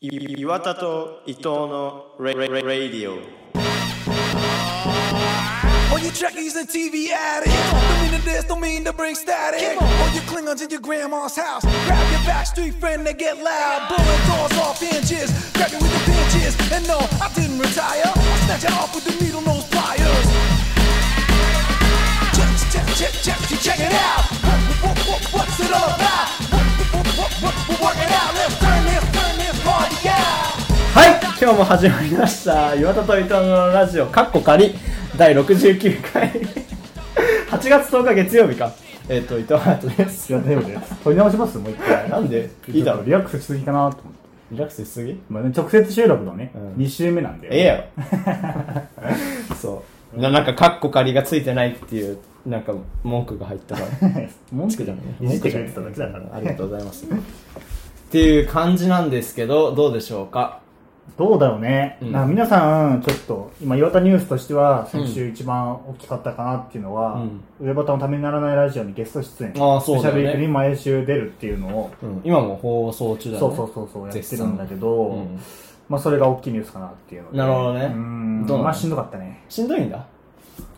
い岩田と伊藤のレレレレディオ All you trekkies and TV addicts Don't mean to this, don't mean to bring static All you Klingons in your grandma's house Grab your backstreet friend, they get loud Blowing doors off inches Grab you with the pinches And no, I didn't retire I snatch it off with the needle nose pliers Check, check, check, check, check, check it out what, what, what, What's it all about? What, what, what, what, we're working out Let's turn this, turn this party out はい今日も始まりました岩田と伊藤のラジオカッコ仮第69回8月10日月曜日かえっ、と伊藤ハートですいや、大丈夫です。取り直しますもう一回。なんでいいだろリラックスしすぎかなと思って。リラックスしすぎまあね、直接収録のね、ん2週目なんで。ええやろそうななんかカッコ仮がついてないっていうなんか文句が入ったから 文つ句じけたゃなのねい。いじってくれてただけだから。ありがとうございますっていう感じなんですけどどうでしょうかどうだろうね。うんなんか皆さん、ちょっと、今、岩田ニュースとしては、先週一番大きかったかなっていうのは、上端のためにならないラジオにゲスト出演、あーそうだスペシャよねルウィークに毎週出るっていうのを、うん今も放送中だねそうそうそうそう、やってるんだけど、うんまあ、それが大きいニュースかなっていうので。なるほどねうん。どうなのまあ、しんどかったね。しんどいんだ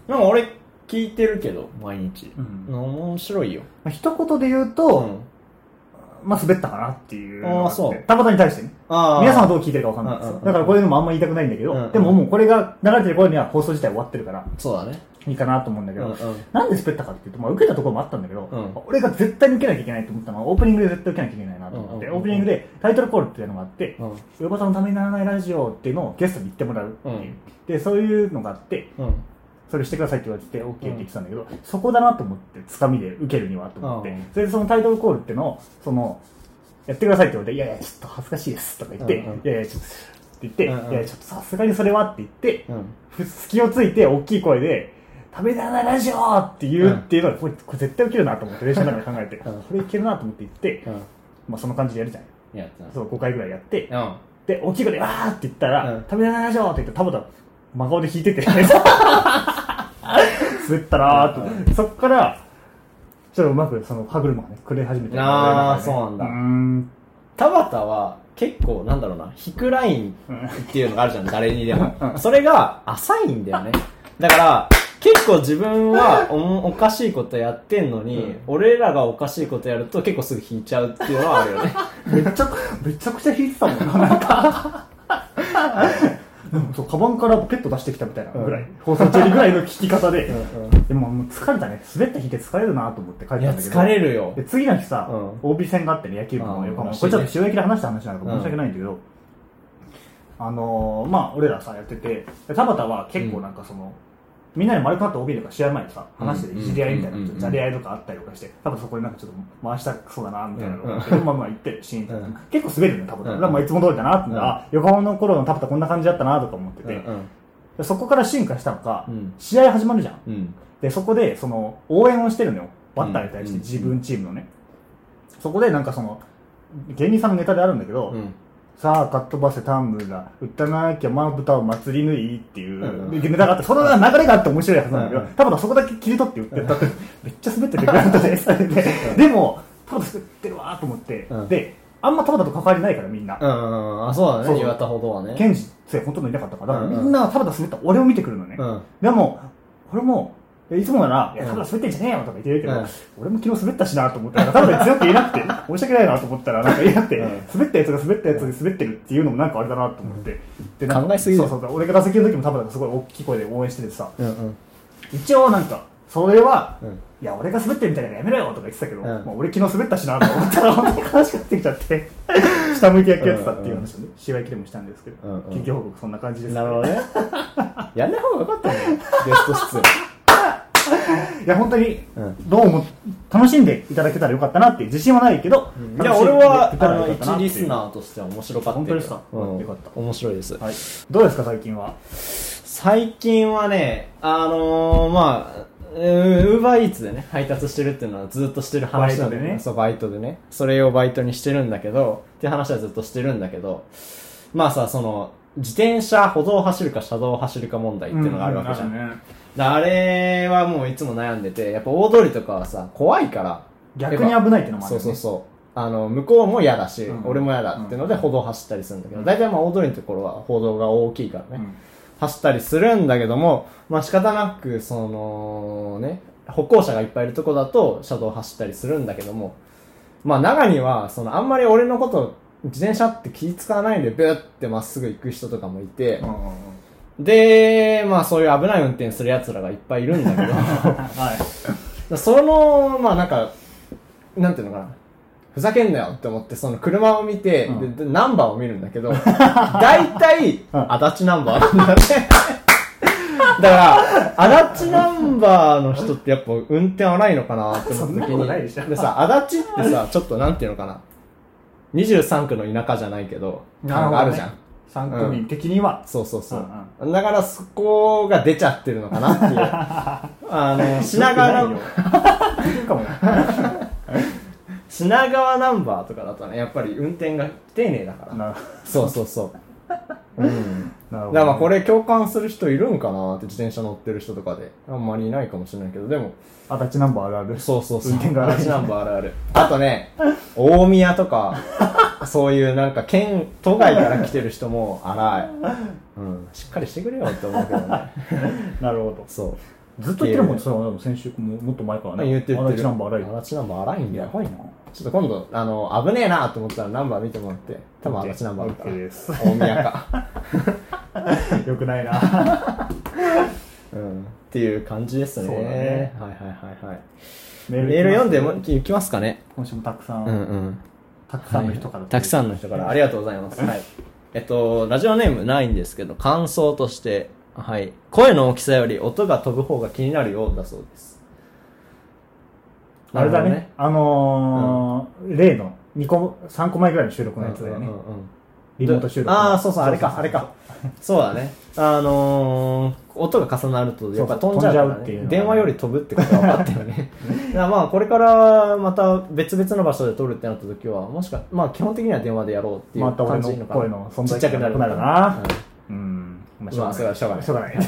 なんか俺聞いてるけど毎日、ん面白いよ、まあ、一言で言うと、うんまあ、滑ったかなっていうのがああーっそうて。たまたに対してね。ああ皆さんはどう聞いてるかわかんないんですうんうんよ。うんだからこういうのもあんま言いたくないんだけうんうんど、でももうこれが流れてる頃には放送自体終わってるから、そうだねいいかなと思うんだけうんうんど、なんで滑ったかっていうと、まあ受けたところもあったんだけどうん、俺が絶対に受けなきゃいけないと思ったのは、オープニングで絶対受けなきゃいけないなと思っうて、んうんうんオープニングでタイトルコールっていうのがあってうん、上場さんのためにならないラジオっていうのをゲストに言ってもらうっていう。で、そういうのがあって、うんそれしてくださいって言われてて、OK って言ってたんだけど、そこだなと思って、つかみで受けるにはと思って、うんそれでそのタイトルコールってのを、その、やってくださいって言われて、いやいや、ちょっと恥ずかしいですとか言って、うんういんやいや、ちょっと、って言って、うんうんいや、ちょっとさすがにそれはって言って、うんふ隙をついて、大きい声で、食べながらラジオって言うっていうのが、これこれ絶対受けるなと思って、練習の中で考えて、うんこれいけるなと思って言って、うんまあその感じでやるじゃん。やってそう、5回ぐらいやって、たうんで、大きい声で、わーって言ったら、うん食べながらラジオって言って、たぶん、真顔で弾い てて、滑ったなーって、そっから、ちょっとうまく、その、歯車がね、くれ始めて。あ俺の中でーねそうなんだうーん。田畑は結構なんだろうな引くラインっていうのがあるじゃ ん誰にでもそれが浅いんだよねだから結構自分はおおかしいことやってんのに、俺らがおかしいことやると結構すぐ引いちゃうっていうのはあるよねめっちゃ、めちゃくちゃ弾いてたもんな、なんか。でもそう、カバンからペット出してきたみたいなぐらい、放送中にぐらいの聞き方で、でももう疲れたね、滑った日って疲れるなと思って帰ったんいやだけど。疲れるよで、次の日さ、う OB 戦があってね、野球部の横あ浜。ーこれちょっと塩焼きで話した話なんだけど申し訳ないんだけど、あのー、まあ、俺らさ、やってて、で田畑は結構なんかその、みんなで丸くなった OB とか試合前にさ、話してていじり合いみたいな、ちうんょっとじゃれ合いとかあったりとかして、多分そこでなんかちょっと回したくそうだな、みたいなのがあって、まあまあ言ってるシーンとうんか、結構滑るのよ、田畑。うんだからまあいつも通りだなってのが、あ横浜の頃の田畑こんな感じだったな、とか思ってうて、んでそこから進化したのか、うん試合始まるじゃん。うんで、そこで、その、応援をしてるのよ。バッターに対しうんて、自分チームのね。そこで、なんかその、芸人さんのネタであるんだけど、うんさあ、かっ飛ばせ田村、打たなきゃまぶたを祭りぬいっていうんう、でネタがあって、その流れがあって面白いはずなんだけど、うん田畑そこだけ切り取って打ってたって、めっちゃ滑ってて、グラウン ドで、それで、でも、田畑滑ってるわーと思って、うんで、あんま田畑と関わりないから、みんな。うんあそうだそうねそう岩田ほどはねケンジってほとんどいなかったから、だからうんうんみんな田畑滑った俺を見てくるのね。うんでも、俺も、いやいつもなら、いや、うんただ滑ってんじゃねえよとか言ってるけど、うん俺も昨日滑ったしなと思ったら、ただ強く言えなくて、申し訳ないなと思ったら、なんか言えなくて、うん滑ったやつが滑ったやつで滑ってるっていうのもなんかあれだなと思って。でなんか考えすぎだそようそうそう。俺が打席の時も多分すごい大きい声で応援しててさ、うんうん一応なんか、それは、うんいや、俺が滑ってるみたいなのやめろよとか言ってたけど、んまあ、俺昨日滑ったしなと思ったら、本当に悲しくなってきちゃって、下向いて野球やってたっていう話をね、試合でもしたんですけど、うんうん緊急報告そんな感じです、なるほどねやんない方がよかった ねゲスト出演いや、本当にうん、どうも、楽しんでいただけたらよかったなっていう自信はないけど、いや、俺は、あの、 1一リスナーとしては面白かった本よ当ですかうんよかった面白いです。はい。どうですか、最近は。最近はね、あのー、まあ、ウーバーイーツでね、配達してるっていうのはずっとしてる話なんだバイトけどでねそう、バイトでね。それをバイトにしてるんだけど、っていう話はずっとしてるんだけど、まあさ、その、自転車、歩道を走るか車道を走るか問題っていうのがあるわけじゃん。うんねだからあれはもういつも悩んでて、やっぱ大通りとかはさ、怖いから。逆に危ないってのもあるそうよねそうそう。あの、向こうも嫌だし、うん俺も嫌だっていうので歩道走ったりするんだけど、大体まあ大通りのところは歩道が大きいからね、うん走ったりするんだけども、まあ仕方なく、そのね、歩行者がいっぱいいるとこだと車道走ったりするんだけども、まあ中には、そのあんまり俺のこと、自転車って気使わないでビュってまっすぐ行く人とかもいて、うんうんうんで、まあそういう危ない運転する奴らがいっぱいいるんだけど、はい。その、まあなんか、なんていうのかな。ふざけんなよって思って、その車を見て、うんででナンバーを見るんだ けど、大体、足立ナンバーなんだね。だから、足立ナンバーの人ってやっぱ運転荒いのかなって思ったそ時んなことに、ないでしょさ、足立ってさ、ちょっとなんていうのかな。23区の田舎じゃないけど、なんかあるじゃん。参考人的には、そうそうそう。だからそこが出ちゃってるのかなっていう。 あの、品川ナンよバーくないよ。いるかもね。品川ナンバーとかだとねやっぱり運転が丁寧だからなそうそうそう、 うん、なるだほど。からまあこれ共感する人いるんかなって自転車乗ってる人とかであんまりいないかもしれないけどでもあたちナンバーあるある。そうそうそう運転が荒い私ナンバーあるある あとね大宮とか そういうなんか県都外から来てる人も荒い、うん、しっかりしてくれよって思うけど ねなるほど。そうずっと言ってるもん、それはでも先週ももっと前からね。言ってる言あったてるちナンバーあるある。足立ナンバー荒いんだやよばいな。ちょっと今度あの危ねえなと思ったらナンバー見てもらって多分足立ナンバーあるから OK です大宮かよくないな。うんっていう感じですね。そうだねはいはいはいはい。メ メール読んでもいきますいきますかね。今週もたくさ、うんんうん。たくさんの人から。たくさんの人からありがとうございます。はい。えっと、ラジオネームないんですけど、感想として、はい。声の大きさより音が飛ぶ方が気になるようだそうです。あれだなるね。あのー、例の2個、3個前ぐらいの収録ほどのね。やつだようねんうん。うんうんリモート収録の。ああ、そうそう、あれか、あれか。そうだね。あのー、音が重なると、やっぱ飛んじゃうから、そね、うそう飛んじゃうっていうのがね電話より飛ぶってことは分かったよ ね。だからまあ、これからまた別々の場所で撮るってなった時は、もしか、まあ、基本的には電話でやろうっていまうた俺感のじでいいのかな。声の存ちっ在ちゃく感ながなるくなるな。うん。まあまあそれはしょうがないしょうがない。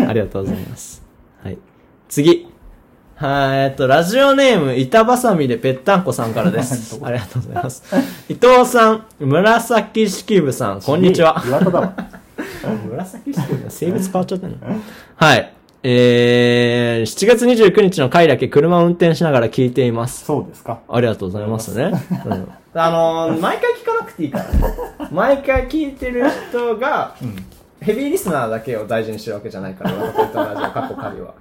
うんありがとうございます。はい。次。はい、えっと、ラジオネーム、板挟みでぺったんこさんか らです。ありがとうございます。伊藤さん、紫式部さん、 こんに ちは。岩田だわ。 紫式部 性別変わっちゃったね。はい。えー、7月29日の回だけ車を運転しながら聞いています。そうですか。ありがとうございますね。うん、 あのー毎回聞かなくていいから、ね、毎回聞いてる人が、ヘビーリスナーだけを大事にしてるわけじゃないから、俺のことと同じよ過去仮は。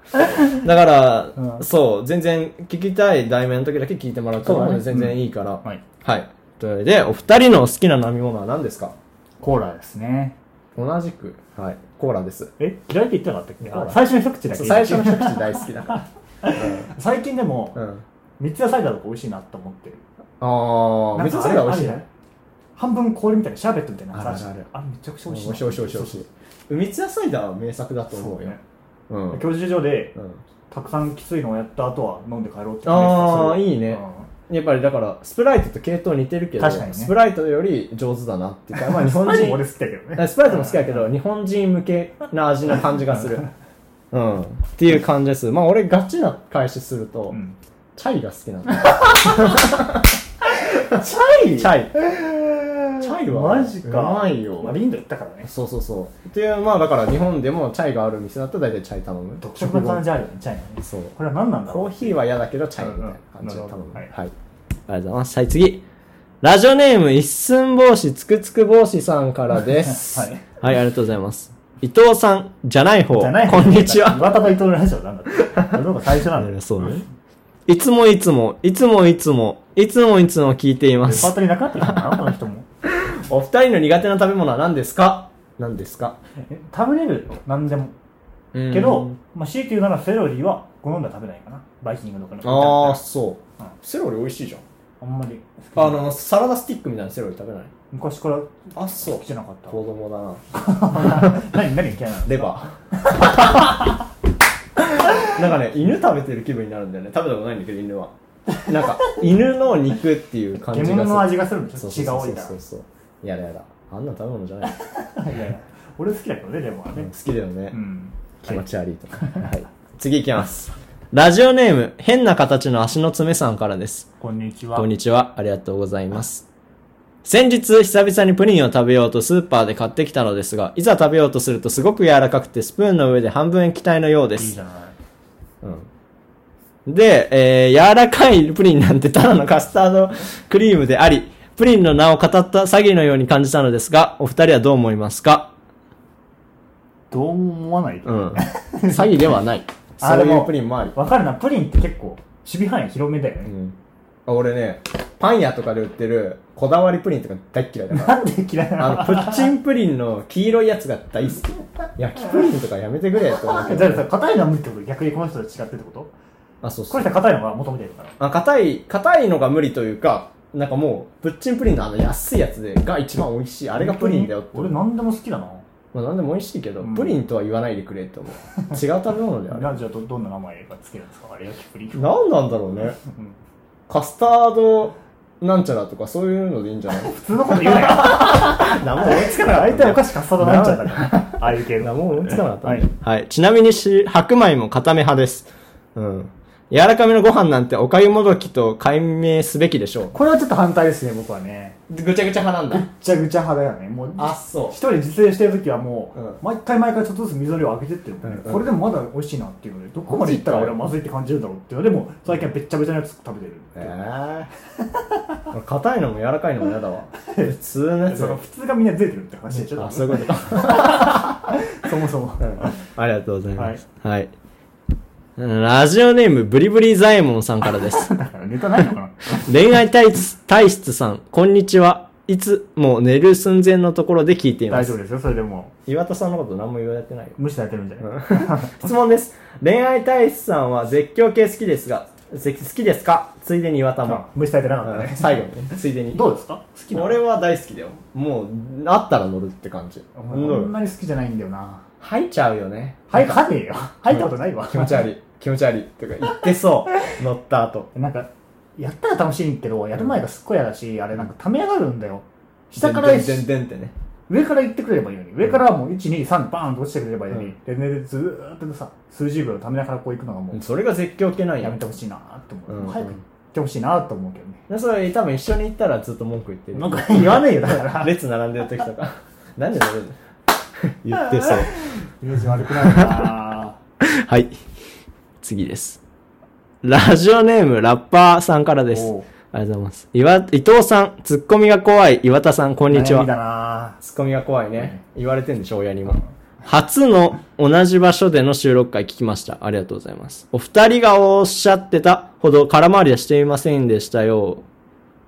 だから、うんそう、全然聞きたい題名の時だけ聞いてもらうとそうだね全然いいから。んはい。はい。というわけで、お二人の好きな飲み物は何ですかコーラですね。同じく、はい、コーラです。え嫌いって言ってなかったっけコーラ最初の一口だけそう言う。最初の一口大好きだか 最近でもら。、うん。三ツ矢サイダーとか美味しいなと思ってる。あー、なん別かあにそれれが美味しいあるねじ。ゃん半分氷みたいなシャーベットみたいなやつああるるじあゃるんあれめちゃくちゃ美美味し味しいいな。美味しい美味しい美味しい。海津野菜だは名作だと思そううよ。ね。うん。教授所でうんたくさんきついのをやった後は飲んで帰ろうってあー決めてたいいねやっぱりだから、スプライトと系統似てるけど、確かにねスプライトより上手だなっていうか、まあ日そ本れマジ俺人、好きだけどあね。スプライトも好きだけど、日本人向けな味な感じがす る。うん。っていう感じです。まあ俺ガチな返しすると、うん。チャイが好きなんだ。チャイ チャイ。チチャイはねマジか。うまいよまあ、リンド行ったからね。そうそうそう。っていう、まあだから日本でもチャイがある店だったら大体チャイ頼む。独特な感じあるよね、チャイのね。そう。これは何なんだろコうーヒーは嫌だけどチャイみたいな感じでうんうん頼む。なはい。るほありがとうございます。はい、次。ラジオネーム、一寸帽子、つくつく帽子さんからです。はい はい、ありがとうございます。伊藤さん、じゃない方、じゃないこんにちは。岩田と伊藤のラジオなんだって。それの方が最初なんだよ。そうね。いつもいつも、いつもいつも、いつもいつも聞いていまデパーす。トになくなってきたのかな、この人も。お二人の苦手な食べ物は何ですか何ですかえ食べれるよ、何でも。けど、まあ、強いて言うならセロリは好んだら食べないかな。バイキングとかの。ああ、そううん。セロリ美味しいじゃん。あんまり。あの、サラダスティックみたいなセロリ食べない昔から好あ、そきじゃなかった。子供だな。何、何嫌いなのレバ ー。なんかね、犬食べてる気分になるんだよね。食べたことないんだけど、犬は。なんか、犬の肉っていう感じがする。獣の味がするんでしそょうそ血うが多そいうかそうそう。やだやだ。あんな食べ物じゃない。ら。いやいや俺好きだけどね、レモンはうんね好。きだよねう。ん。気持ち悪いとか。はい。次行きます。ラジオネーム、変な形の足の爪さんからです。こんにちは。こんにちは。ありがとうございます。先日、久々にプリンを食べようとスーパーで買ってきたのですが、いざ食べようとするとすごく柔らかくて、スプーンの上で半分液体のようでいいすじ。ゃない。で、えー柔らかいプリンなんてただのカスタード クリームであり、プリンの名を語った詐欺のように感じたのですが、お二人はどう思いますかどうも思わないけどうん。詐欺ではない。あそうでいもうプリンも あり。わかるな、プリンって結構、守備範囲広めだようね。ん。あ俺ね、パン屋とかで売ってるこだわりプリンとか大っ嫌いだから。なんで嫌いなのあの、プッチンプリンの黄色いやつが大好き。焼きプリンとかやめてくれよと思うけじゃあど。さ、硬いのは無理ってこと逆にこの人と違ってってことあ、そうこそのう。人は硬いのが求めてるから。あ、硬い、硬いのが無理というか、なんかもう、プッチンプリンのあの安いやつでが一番美味しい。ああれがプリンだよって。俺何でも好きだな。まあ何でも美味しいけど、うんプリンとは言わないでくれと思う。 違う食べ物であれ。なじゃあど、どんな名前がつけるんですかあれ、焼きプリン。何なんだろうね。うんカスタードなんちゃらとかそういうのでいいんじゃない 普通のこと言うなよ。何も思いつかな大体お菓い。子かっさだなっちゃったから。ああいう系の。何も思いつかなかった、はいね。はい。ちなみにし、白米も固め派です。うん。柔らかめのご飯なんておかゆもどきと解明すべきでしょこれはちょっと反対ですね、僕はね。う。ぐちゃぐちゃ派なんだ。ぐっちゃぐちゃ派だよね。もう、あ、そ一人自炊してる時はもう、うん毎回毎回ちょっとずつ溝量を上げてってるもんね、うんうんこれでもまだ美味しいなっていうので、どこまでいったら俺はまずいって感じるんだろうっていうので、もう最近はべっちゃべちゃのやつ食べてる。う。ええー。俺硬いのも柔らかいのも嫌だわ。普通のやつそ。の普通がみんなずれてるって話でしょ、あ、そういうことか。そもそも。ありがとうございます。はい。ラジオネーム、ブリブリザエモンさんから です。だからネタないのか な恋愛体質体質さん、こんにちは。いつも寝る寸前のところで聞いていま大す。丈夫ですよ、それでも岩田さんのこと何も言われてないよ。う無視されてるんじゃない、質問です。恋愛体質さんは絶叫系好きですが、ぜ好きですかついでに岩田もあ。無視されてなかったうんね。最後にね、ついでに。どうですか好きな俺は大好きだよ。もう、あったら乗るって感じ。お前そんなに好きじゃないんだよな。吐いちゃうよね。はい、かねえよ。入ったことないわ。気持ち悪い。気持ち悪い。とか言って そう。乗った後。なんか、やったら楽しいけど、やる前がすっごい嫌だし、あれなんかため上がるんだよ。下からでんでんでんでんってね。上から言ってくれればいいのに、上からはもう1、2、3バーンと落ちてくれればいいのに、うんで、ね、ずーっとさ、数十秒ためながらこう行くのがもう、それが絶叫系なんややめてほしいなーって思う。うんもう早く行ってほしいなーって思うけどね。でそれ多分一緒に行ったらずっと文句言ってるなんか言わねえよ、だから。列並んでる時とか なんで乗るの言ってそう イメージ悪くなるなはい次ですラジオネームラッパーさんからーですおうありがとうございます岩伊藤さんツッコミが怖い岩田さんこんにち悩はみだなツッコミが怖いね。言われてんでしょ、親にも。 初の同じ場所での収録会聞きました。ありがとうございます。お二人がおっしゃってたほど空回りはしていませんでしたよ。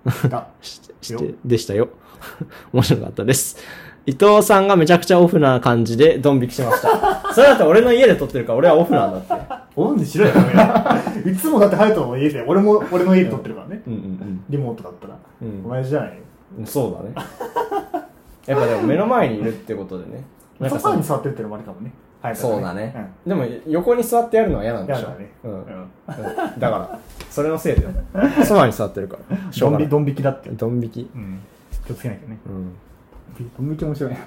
ーだ してして、でしたよ。 面白かったです。伊藤さんがめちゃくちゃオフな感じでドン引きしま した。それだって俺の家で撮ってるから俺はオフなんだって。オンにしろよ、カメラいつもだって隼人の家で、俺も、俺の家で撮ってるからね。 うんうんリモートだったら。うん同じじゃないよ。うん。そうだね。 やっぱでも目の前にいるってことでね。なんソかファそーにの座ってるってのもありかもね。隼人がそうだねうん。でも横に座ってやるのは嫌なんでやしょだね。う。うんん。うんだから、それのせいだよ。ソファーに座ってるから。しょうドがンな引いき、。ドン引きだって。ドン引き。うん。気をつけないとね。うん。ドン引き面白いね。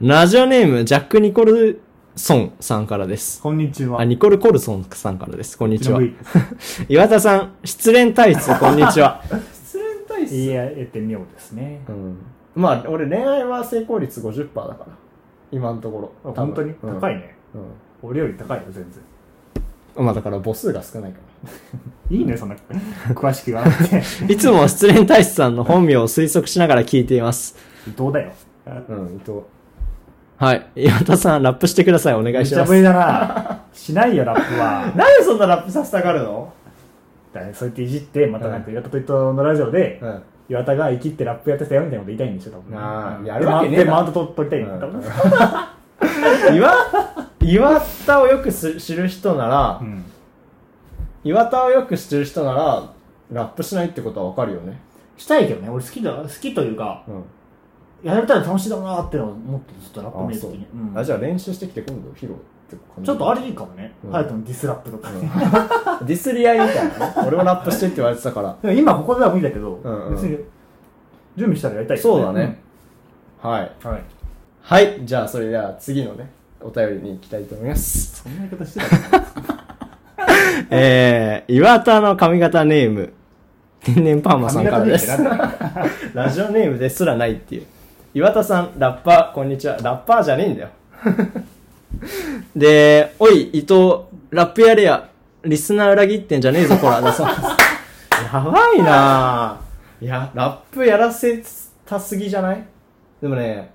ラジオネーム、ジャック・ニコルソンさんからです。こんにちは。あ、ニコル・コルソンさんからです。こんにちはう。ちの部岩田さん、失恋体質、こんにち は。失恋体位いや、得てみようですねう。ん。まあ、俺恋愛は成功率50%だから。今のところ。本当に多分高い。ね。うん。俺より高いよ、全然。うんまあだから母数が少ないかいいね、そんな、詳しく言わなく て。ら。いつも失恋体質さんの本名を推測しながら聞いています。どうだよ。うん、伊藤。はい。岩田さん、ラップしてください。お願めいしちゃまぶりす。だな。しないよ、ラップは。なんでそんなラップさせたがるのだからそうやっていじって、またなんか、岩田と伊藤のラジオでう、ん。岩田が生きってラップやってたよみたいなこと言いたいんでしょ、多分。なあうんやるわけねえだでマウント取取りたいんだよ、多分。岩、岩田をよくす知る人なら、うん岩田をよく知る人なら、ラップしないってことはわかるよね。したいけどね、俺好きだ、好きというか、うん。やれたら楽しいだろうなってのを思ってずっとラップ見るときに。うんあ、じゃあ練習してきて今度披露って感じちょっとあれいいかもねう。んハヤトのディスラップとか。うんディスり合いみたいなね。俺もラップしてって言われてたから。でも今ここでは無理だけど、うんうん別に準備したらやりたいよそうだね。はい。うん。はい。はい。じゃあ、それでは次のね、お便りに行きたいと思います。そんな言い方してたかな えー、岩田の髪型ネーム、天然パーマさんからで髪す型。で選んだ ラジオネームですらないっていう。岩田さん、ラッパー、こんにちは。ラッパーじゃねえんだよ。 で、おい、伊藤、ラップやれや、リスナー裏切ってんじゃねえぞ、こら、だそう です。やばいなぁ。いや、ラップやらせたすぎじゃないでもね、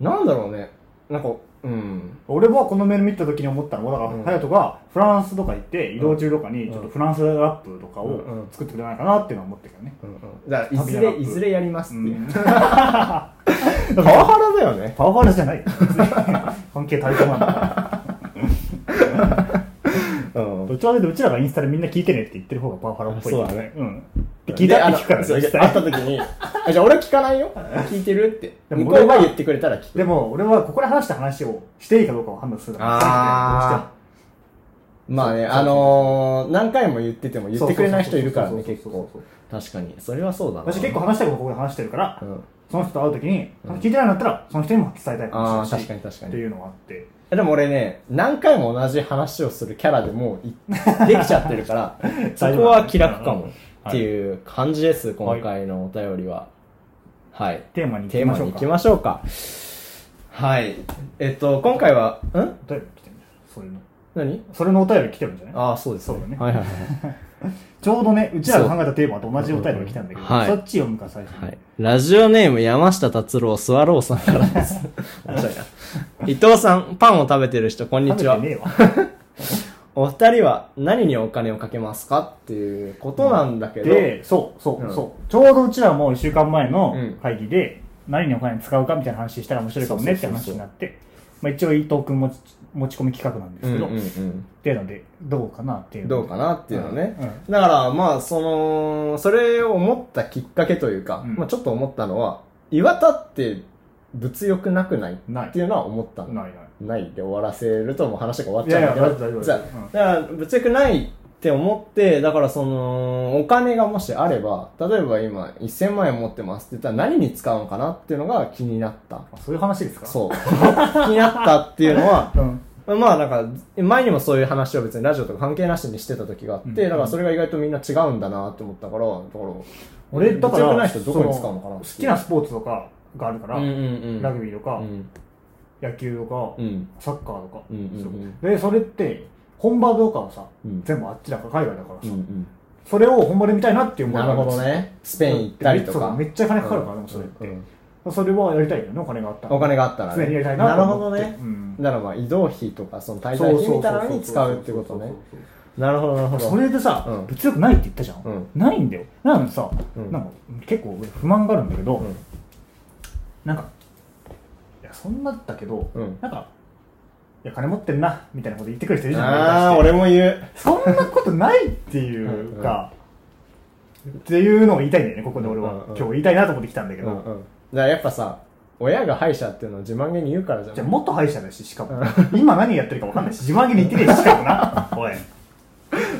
なんだろうね。なんか、うん。俺もこのメール見た時に思ったのは、だから、うん隼人がフランスとか行って、移動中とかに、ちょっとフランスラップとかうんうをん作ってくれないかなっていうのは思ってるけどね。うんうん。だから、いず旅ラッれ、プいずれやりますっていう。パパワハラだよね。パワハラじゃ ないよ。別に関係対等なんだから。うん。どちらかというとうちらがインスタでみんな聞いてねって言ってる方がパワハラっぽい。そうだねうん。で聞いたって聞くからねであの実そう際会った時 に、あじゃあ俺は聞かないよ。聞いてるって。でも向こうが言ってくれたら聞く。でも、俺はここで話した話をしていいかどうかを判断するあまあね、そうそうあのー、何回も言っててもー言ってくれない人いるからね、そう結そうそう構そう。確かに。それはそうだな。私結構話したいことここで話してるから、うん。その人と会う時に、聞いてないんだったら、その人にも伝えたいあもあ、しれない確しかに確かってに。いうのがあって。えでも俺ね、何回も同じ話をするキャラでもういできちゃってる から、そこは気楽かも。っていう感じです、今回のお便りは。はい。テーマに行テきーマましょにう行か。きましょうか。はい。えっと、今回は、んお便り来てるんじゃんそういうの。何それのお便り来てるんじゃないああ、そうですそうだねはいはいはい。ちょうどね、うちらが考えたテーマと同じお便りが来たんだけど、はいそっち読むから最初に。はい。ラジオネーム、山下達郎、スワローさんからです。 面白いな。伊藤さん、パンを食べてる人、こんにちは食。べてねお二人は何にお金をかけますかっていうことなんだけえわ。ど、で、そう、そう、うんそう。ちょうどうちらも一週間前のうん会議で、何にお金使うかみたいな話したら面白いかもねってそうそう話そうそうになって、まあ一応伊藤くん持ち持ち込み企画なんでうんすうけんど、うんっていうので、どうかなっていう。どうかなっていうのね。うんうんだから、まあ、その、それを思ったきっかけというか、うんまあちょっと思ったのは、岩田って物欲なくないないっていうのは思ったの。ないない。ないで終わらせるともう話が終わっちゃうんいやいだやけ大丈ど、夫じ大ゃ丈夫あだから物欲ないって思って、だからその、お金がもしあれば、例えば今1000万円持ってますって言ったら何に使うのかなっていうのが気になった。あそういう話ですかそう。 気になったっていうのは、う。うん。まあなんか、前にもそういう話を別にラジオとか関係なしにしてた時があって、うんだからそれが意外とみんな違うんだなって思ったから、だから、俺、だから、物欲ない人どこに使うのかなそっ好てきなスポーツとかがあるから、うんうんうん。ラグビーとか、うん。野球とか、うん。サッカーとか、うんうんでそれって本場とかはさ、うん全部あっちだから海外だからさ、うんそれを本場で見たいなっていううん。思いながあんるほですどね。スペイン行ったりとそうか。めっちゃ金かかるから、でもそれって、うんうんそれはやりたいよねお金があったらお金があったら常にやりたいななるとほ思どってねう。んならまあ移動費とか、その滞そ在うそう費そうみたいなのに使うってことね。なるほど、なるほど。それでさ、うん物欲ないって言ったじゃん、うんないんだよなのにさ、うんなんか結構俺不満があるんだけど、うんなんかいやそんなだったけど、うんなんかいや金持ってんなみたいなこと言ってくる人いるじゃんああ、俺も言う。そんなことないっていうか、っていうのを言いたいんだよね、ここで俺は。うんうん今日言いたいなと思って来たんだけうど。んうん。だからやっぱさ、親が歯医者っていうのを自慢げに言うからじゃんじゃあ、元敗者だし、しかも。今何やってるか分かんないし、自慢げに言ってねえし、しかも な。おい。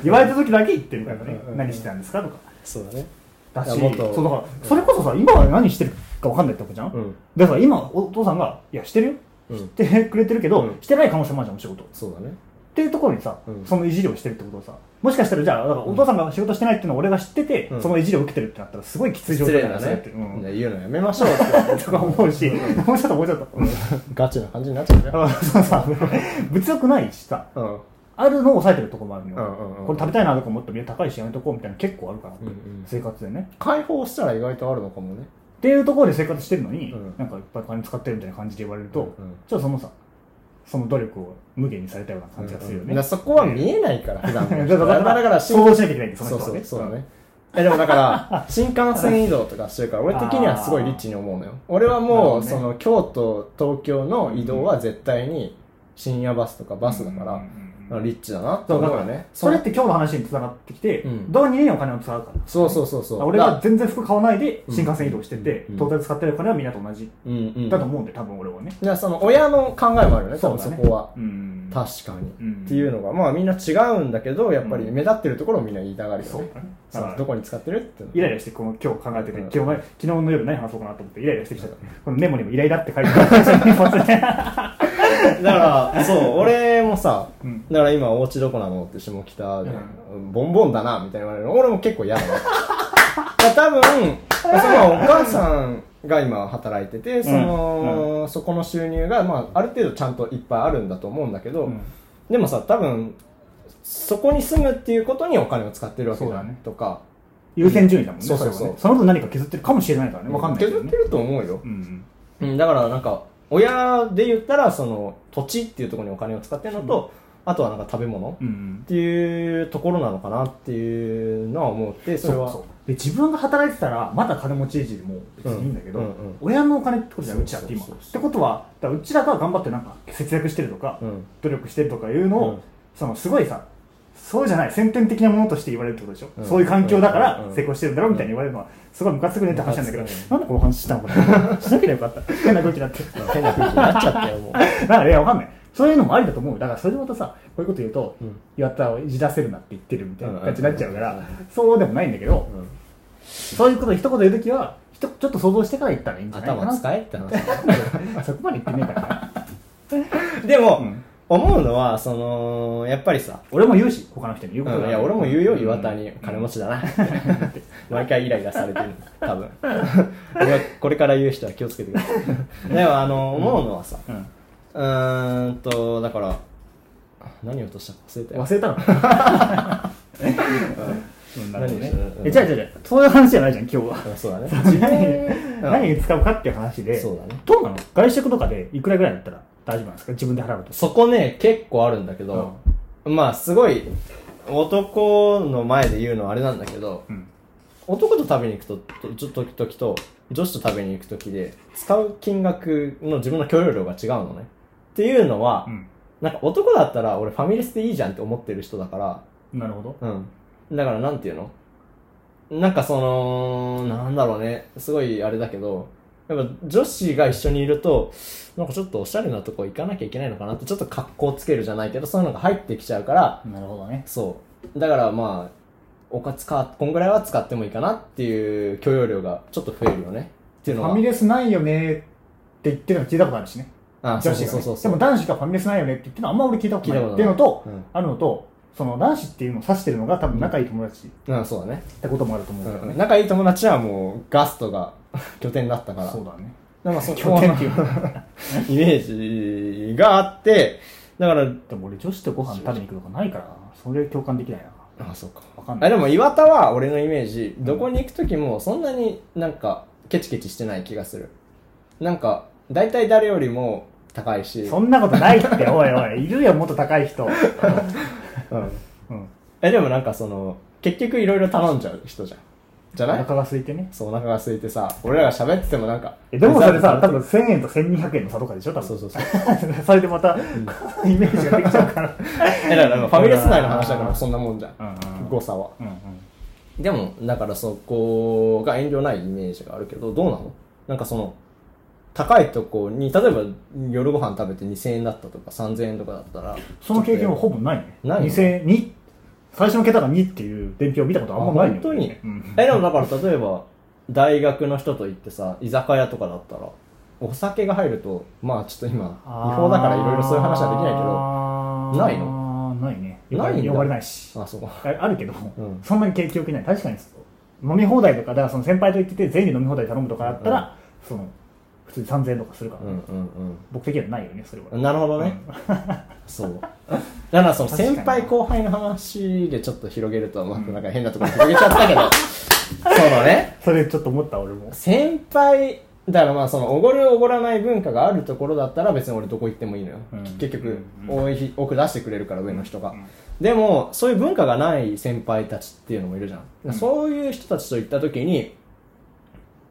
言われた時だけ言ってるからねうんうんう。ん何してたんですかとか。そうだね。だし、いそやもっとうだから、それこそさ、今は何してるか分かんないってことじゃうんん。だから今、お父さんが、いや、してるよ。うんしてくれてるけどう、んしてない可能性もあるじゃん、お仕事。そうだね。っていうところにさ、うんそのいじりをしてるってことをさ、もしかしたらじゃあ、だからお父さんが仕事してないっていうのを俺が知ってて、うんそのいじりを受けてるってなったら、すごいきつい状失態礼だよだそれっねて。うん。言うのやめましょうって。とか思うし、もうちょっともうちょっと。ガチな感じになっちゃうね。あそうさ、物欲ないしさ、うん。 あるのを抑えてるところもあるのうんうんうよ。んこれ食べたいなとか思っても、いや、高いしやめとこうみたいな結構あるからうんうん、生活でね。解放したら意外とあるのかもね。っていうところで生活してるのにうん、なんかいっぱい金使ってるみたいな感じで言われると、ちょうんうんっとそのさ、その努力を無限にされたような感じがするよだかね。らそこは見えないから、普 段だのか人ら、だはから、だから、想像しなきゃいけないんだよ、そその人はうそね。う、そうだね。え、でもだから、新幹線移動とかしてるから、俺的にはすごいリッチに思うのよ。俺はもう、なるほどそねの、京都、東京の移動は絶対に、深夜バスとかバスだから、うんうんうんうんリッチだなってそ思うだうかよらねね。。それって今日の話につながってきて、うんどうにお金を使うか。そうそうそうそう。俺だは全然服買わないで新幹線移動してて、うんトータル使ってる金はみんなと同じうんうん。だと思うんで、多分俺はね。じゃあその親の考えもあるよね、多そう分だそねこは。うん。確かに、うんっていうのが、まあみんな違うんだけど、やっぱりうん目立ってるところをみんな言いたがるよそうね。だね。ださあからどこに使ってるっていうのイライラして、この今日考えてて、うん昨日前昨日 の夜何話そうかなと思ってイライラしてきちゃった。このメモにもイライラって書いてある。一発でだから、そう、俺もさ、うんだから今お家どこなのって下北で、ボンボンだな、みたいな言われるの。俺も結構嫌だな。だ から多分、そのお母さんが今働いてて、その、そこの収入が、まあ、ある程度ちゃんといっぱいあるんだと思うんだけど、うんでもさ、多分、そこに住むっていうことにお金を使ってるわけそうだだねとか、優先順位だもんね。そうそうそうれはねその分何か削ってるかもしれないからね。わかんないけ削どっねて。ると思うよ。うんうん、だからなんか、親で言ったら、その、土地っていうところにお金を使ってるのと、あとはなんか食べ物うん。うんっていうところなのかなっていうのは思って、そそれうは。そうで自分が働いてたらまだ金持ちいじりも別にいいんだけど、うんうんうん親のお金ってことじゃんうちらって今そうそうそうってことはだからうちらが頑張ってなんか節約してるとか、うん努力してるとかいうのを、うんそのすごいさそうじゃない先天的なものとして言われるってことでしょ、うんそういう環境だからうんうん成功してるんだろみたいに言われるのはすごいムカつくねって話なんだけど、ムカつくなんでこの話したのこ れしなければよかった変な空気になって変な風になっちゃったよ、もう。だからいやわ かんないそういうのもありだと思うだからそれでまたさこういうこと言うと、うんやったをいじらせるなって言ってるみたいな感じになっちゃうから、うんうんそうでもないんだけど、うんそういうこと一言言うときはひとちょっと想像してから言ったらいいんじゃないかな頭使えって話。 そこまで言ってねえからなでも、うん思うのは、その、やっぱりさ、俺も言うし他の人に言うことうんいや、俺も言うよ、岩田に。金持ちだな。 毎回イライラされてる、多分。 俺はこれから言う人は気をつけてください。 でも、あの、思うのはさ、うん、うーんと、だから、何を落としたか忘れたよ。忘れたのうんなるほど何でねしょううんえ違う違う違うそういう話じゃないじゃん今日はうんそうだね。 自分何に使うかっていう話でそうだねどうなの外食とかでいくらぐらいだったら大丈夫なんですか自分で払うとそこね、結構あるんだけど、まあ、すごい、男の前で言うのはあれなんだけど、うん男と食べに行くと、とちょっと時と、女子と食べに行く時で、使う金額の自分の許容量が違うのね。っていうのは、うんなんか男だったら俺ファミレスでいいじゃんって思ってる人だから、なるほどうん。だからなんていうのなんかその、なんだろうね。すごいあれだけど、やっぱ女子が一緒にいると、なんかちょっとおしゃれなとこ行かなきゃいけないのかなって、ちょっと格好つけるじゃないけど、そういうのが入ってきちゃうから、なるほどねそう。だからまあ、おかつか、こんぐらいは使ってもいいかなっていう許容量がちょっと増えるよね。っていうフのが。ァミレスないよねって言ってるの聞いたことあるしねあ、そ女う子がそねうそうそうそう。でも男子がファミレスないよねって言ってるのあんま俺聞いたことない聞いたっこてというないのと、うんあるのとその男子っていうのを指してるのが多分仲いい友達っうん、そうだね。てこともあると思うんだよね、うん仲いい友達はもうガストが拠点だったから。そうだねなんかそこ拠は点っていうイメージがあって、だから、 でも俺女子とご飯食べに行くとかないからなそれ共感できないなあそうか。わかんなあいでも岩田は俺のイメージ、どこに行く時もそんなになんかケチケチしてない気がする。なんか、大体誰よりも高いし。そんなことないっておいおいいるよもっと高い人、うんうん、え、でもなんかその、結局いろいろ頼んじゃう人じゃん。じゃおな腹いが空いてねそう、お腹が空いてさ、俺らが喋っててもなんか。えでもそれさデザ多ート分1000円と1200円の差とかでしょ多分そうそうそう。 それでまた、 イメージができちゃうからえ、だからファミレス内の話だからそんなもんじゃうんうんん。誤差は。うんうんでも、だからそこが遠慮ないイメージがあるけど、どうなのなんかその、高いとこに、例えば夜ご飯食べて2000円だったとか3000円とかだったら。その経験はほほぼないね。ないの2000 2最初の桁が2っていう伝票を見たことあんまないね本当に、うんえ、でもだから例えば、大学の人と行ってさ、居酒屋とかだったら、お酒が入ると、まあちょっと今、違法だからいろいろそういう話はできないけどど、ないのないね。ないんだ呼ばれないし。あ、そう。ああるけど、うんそんなに記憶ない。確かにそう、飲み放題とか、だからその先輩と行ってて、全員で飲み放題頼むとかだったら、その、普通に3000円とかするから、うんうん僕的にはないよね、それは。うん。なるほどね。そう。だからその先輩後輩の話でちょっと広げると、まあなんか変なところに広げちゃった けど、そうだね。それちょっと思った、俺も。先輩だからまあそのおごるおごらない文化があるところだったら別に俺どこ行ってもいいのよ、うん結局うん多い奥出してくれるから上の人が、うんでもそういう文化がない先輩たちっていうのもいるじゃん、んそういう人たちと行った時に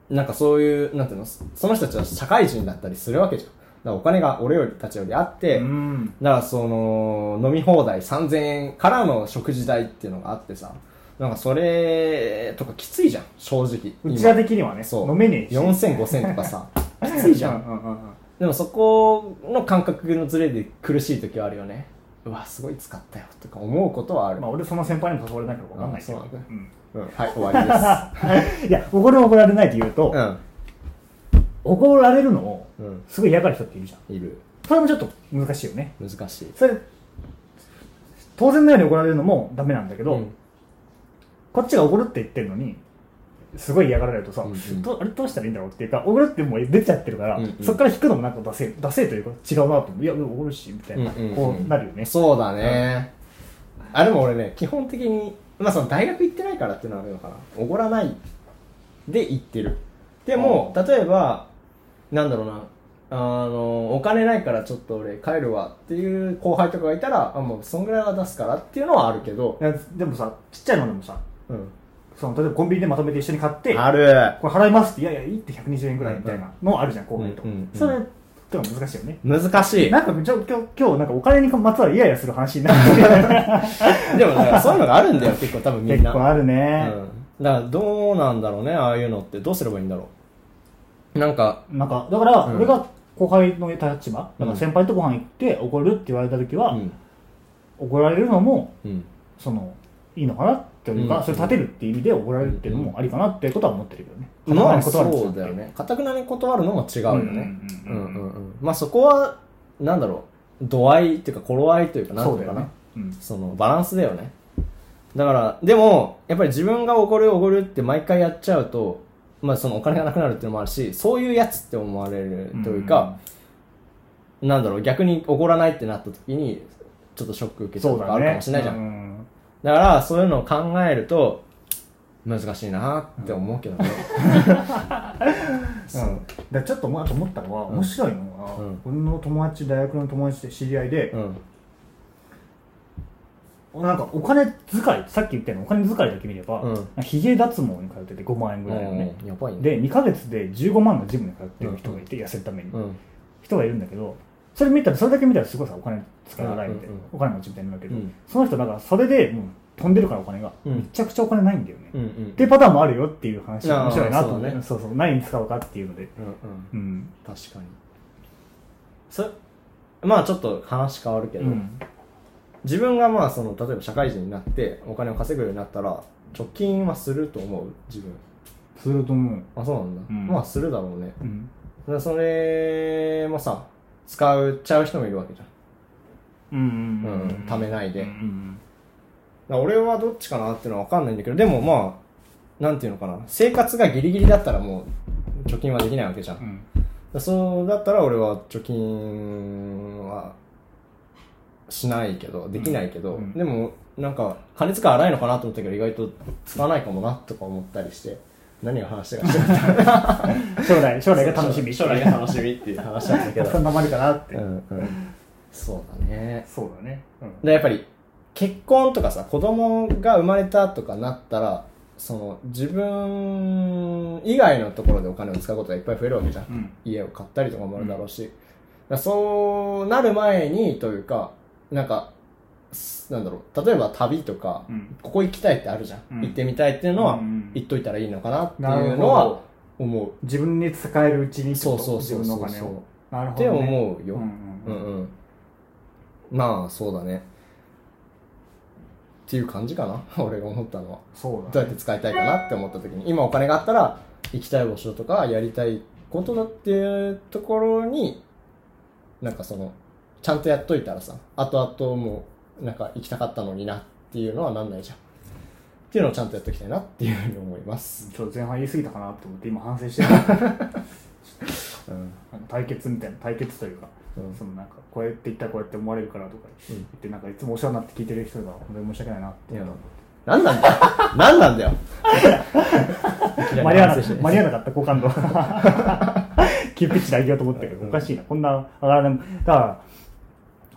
なんかそういうなんていうのその人たちは社会人だったりするわけじゃんだからお金が俺よりたちよりあって、うん。だからその飲み放題3000円からの食事代っていうのがあってさなんかそれとかきついじゃん正直うちら的にはね、そう。飲めねえし。 4000、5000とか さ、きついじゃ。うんんうんうんうんでもそこの感覚のズレで苦しい時はあるよね。うわ、すごい使ったよ、とか思うことはある。まあ、俺その先輩にも誘われないから分かんないけど。あそうなんだうんうん、はい、終わりでいや、おごるおごられないと言うと、す。おごられるのをうんすごい嫌がる人っているじゃん。うん、いる。それもちょっと難しいよね。難しい。それ、当然のように怒られるのもダメなんだけど、うんこっちが怒るって言ってるのに、すごい嫌がられるとさ、うんうんどあれどうしたらいいんだろうっていうか、怒るってもう出ちゃってるから、うんうんそっから引くのもなんか出せ、出せというか違うなと思う。いや、でも怒るし、みたいな、うんうんうんこうなるよね。そうだね。あ、でも俺ね、基本的に、まあその大学行ってないからっていうのはあるのかな。おごらないで行ってる。でも、例えば、なんだろうな、あの、お金ないからちょっと俺帰るわっていう後輩とかがいたら、あ、もうそんぐらいは出すからっていうのはあるけど、いやでもさ、ちっちゃいのでもさ、うん。その例えばコンビニでまとめて一緒に買って、ある。これ払いますって、いやいや、いいって120円ぐらいみたいなのあるじゃん、後輩とうんうんうん。それ、とか難しいよね。難しい。なんかちょ今日、今日なんかお金にまつわるイヤイヤする話になってでも ね、そういうのがあるんだよ、結構多分 みるん結な。構あるね。うん。だからどうなんだろうね、ああいうのって。どうすればいいんだろう。なんか、なんか、だから、うん俺が後輩の立場、うんなんか先輩とご飯行って怒るって言われた時うは、ん。怒られるのも、うん。その、いいのかなっていううんか、それ立てるっていう意味で怒られるっていうのもありかなってことは思ってるけどね。まあ片側に断そるうだよっていね。かたくなに断るのも違うよね。ううんうんんううんんうん。まあそこは、なんだろう、度合いっていうか頃合いというか、なんそうていだうかよなね。。うんそのバランスだよね。だから、でも、やっぱり自分が怒る怒るって毎回やっちゃうと、まあそのお金がなくなるっていうのもあるし、そういうやつって思われるというか、なんだろう、逆に怒らないってなった時に、ちょっとショック受けちゃうそうとかだあるかねも。しれないじゃん。うんだから、そういうのを考えると、難しいなって思うけどね。 うん、だからちょっともうあと思ったのは、面白いのは、うん俺の友達大学の友達で知り合いでう、ん。なんかお金遣いさっき言ったようにお金遣いだけ見れば、うんヒゲ脱毛に通ってて5万円ぐらいのね、うんやばいね。で2ヶ月で15万のジムに通ってる人がいて、痩せるために、うん。人がいるんだけどそれ見たらそれだけ見たらすごいさお金使い荒いみたいな、うんうんお金持ちみたいになるけど、うんその人なんかそれでもう飛んでるからお金が、うんめちゃくちゃお金ないんだよね、うんうっん。ていうパターンもあるよっていう話あー面白いなと思そうだねそうそう何に使うかっていうのでうんうん。うん、確かに。そまあちょっと話変わるけうど、ん、自分がまあその、例えば社会人になってお金を稼ぐようになったら、貯金はすると思う自分。すると思うあ、そうなんだ。うんまあするだろうね。うんだからそれもさ、使っちゃう人もいるわけじゃん。うんうんうん貯めないでうんうんだから俺はどっちかなっていうのは分かんないんだけど、でもまあ、なんていうのかな、生活がギリギリだったらもう貯金はできないわけじゃん。うだかんらそうだったら俺は貯金はしないけど、できないけど、うんうんでもなんか金使い荒いのかなと思ったけど意外と使わないかもなとか思ったりして、何が話がして た将来将来が楽しみ将来が楽しみっていう話なんだけど。そんなまりかなっうてんうん。そうだね。そうだねうんでやっぱり結婚とかさ子供が生まれたとかなったらその自分以外のところでお金を使うことがいっぱい増えるわけじゃん、うん家を買ったりとかもあるだろうし、だからそうなる前にというかなんかすなんだろう例えば旅とか、うんここ行きたいってあるじゃん、うん行ってみたいっていうのは、うんうん行っといたらいいのかなってなるいうほのはど思う自分に使えるうちにってそこうとそうそう自分のそおう金そうをなるっほてどね思うよ、うんううんんうんまあそうだねっていう感じかな 俺が思ったのはそうどだうやねって使いたいかなって思った時に今お金があったら行きたい場所とかやりたいことだっていうところになんかそのちゃんとやっといたらさ後々もうなんか行きたかったのになっていうのはなんないじゃんっていうのをちゃんとやっていきたいなっていうふうに思います、ちょっと前半言い過ぎたかなと思って今反省してるうんあの対決みたいな対決というかうんそのなんかこうやって言ったらこうやって思われるからとかうん言ってなんかいつもお世話になって聞いてる人が本当に申し訳ないなっていや何なんだよ何なんだよ間に合わな反省して間に合わなかった好感度 急ピッチで上げようと思ったけどおかしいなこんな上がらないだから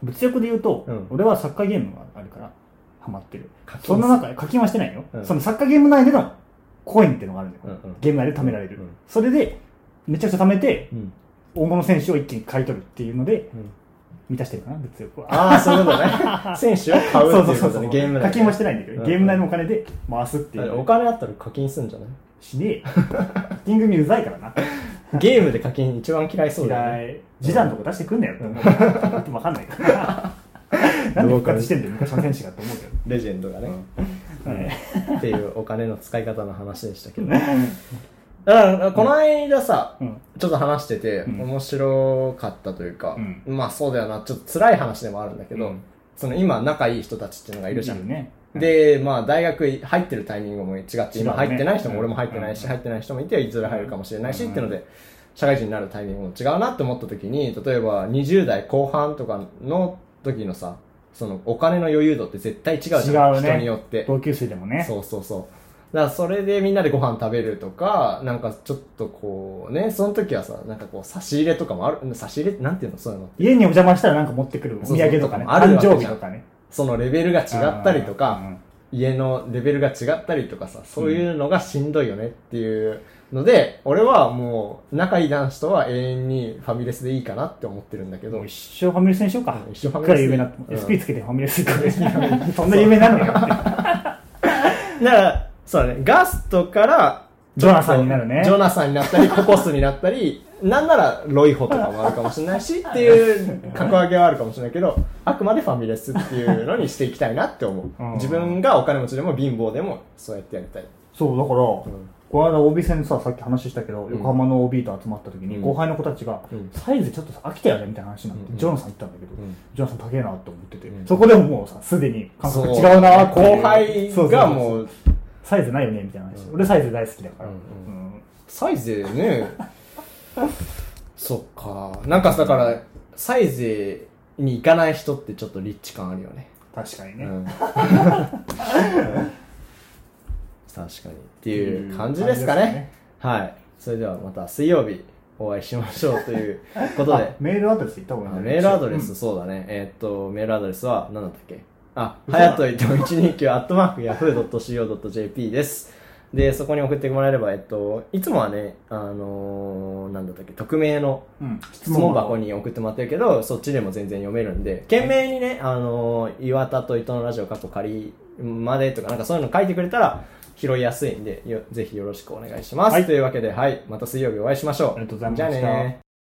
物欲で言うと、うん俺はサッカーゲームがあるからハマってる課金そんな中で課金はしてないよ、うんそのサッカーゲーム内でのコインっていうのがあるんだよ、うんうんゲーム内で貯められる、うんそれでめちゃくちゃ貯めてうん大物選手を一気に買い取るっていうのでうん満たしてるかな物欲はああ、そういうこと ね。選手を買うそうってそういうそうことそうね、ゲーム内で課金はしてないんだけど、うんゲーム内のお金で回すっていおう金あったら課金するんじゃないしねえ よ課金組うざいからなゲームで課金一番嫌いそうだよね。嫌い示談とか出してくんなよって思うから分かんないから なんで復活してんだよ昔の選手がって思うけどレジェンドがね。はいっていうお金の使い方の話でしたけど。だから、この間さ、うん。ちょっと話してて、うん面白かったというか、うんまあそうだよな、ちょっと辛い話でもあるんだけうど、んその今仲いい人たちっていうのがいるじゃん。ね。で、まあ大学入ってるタイミングも違って、違うね今入ってない人うんも俺も入ってないし、うん入ってない人もいて、いずれ入るかもしれないし、うんっていうので、社会人になるタイミングも違うなって思った時に、例えば20代後半とかの時のさ、そのお金の余裕度って絶対違うじゃん。違うね人によって。同級生でもね。そうそうそう。だからそれでみんなでご飯食べるとか、なんかちょっとこうね、その時はさ、なんかこう差し入れとかもある、差し入れなんていうのそういうの。家にお邪魔したらなんか持ってくるお土産とかね。そうそうとかもある誕わけじゃん生日とかね。そのレベルが違ったりとうんうんか、家のレベルが違ったりとかさ、そういうのがしんどいよねっていうので、俺はもう仲いい男子とは永遠にファミレスでいいかなって思ってるんだけもどう、一生ファミレスにしようか。うん一生ファミいくレスら有名な、うん SP つけてファミレス行くそんな有名なのかって。だから、そうだね、ガストから、ジョナサンになるねジョナサンになったり、ココスになったり、なんならロイホとかもあるかもしれないし、っていう格上げはあるかもしれないけど、あくまでファミレスっていうのにしていきたいなって思ううん。自分がお金持ちでも貧乏でも、そうやってやりたい。そう、だから、この間 OB 戦でさ、さっき話したけど、横浜の OB と集まった時に、うん後輩の子たちが、うんサイズちょっとさ飽きたよねみたいな話になって、うんジョナサン行ったんだけど、んジョナサン高えなと思ってて、うんそこでももうさ、すでに感覚違うなっていう後輩そうそうがそうもう、サイズないよねみたいな話、俺サイズ大好きだから、うんうんサイゼね。そっか。なんかだから、サイゼに行かない人ってちょっとリッチ感あるよね。確かにね、うん 確かに。っていう感じですか感じね。はい。それではまた水曜日お会いしましょうということあで。メールアドレス言った方がいいんあだねメールアドレうス、んそうだね。えーっと、メールアドレスは、何だったっけあ、嘘はやといと129、アットマーク、ヤフー .co.jp です。で、そこに送ってもらえれば、えっと、いつもはね、あのー、なんだったっけ、匿名のうん質問箱に送ってもらってるけど、そっちでも全然読めるんで、懸命にね、あのー、岩田と伊藤のラジオ過去仮までとか、なんかそういうの書いてくれたら拾いやすいんで、よぜひよろしくお願いします。はいというわけで、はい、また水曜日お会いしましょう。ありがとうございましたじゃあねー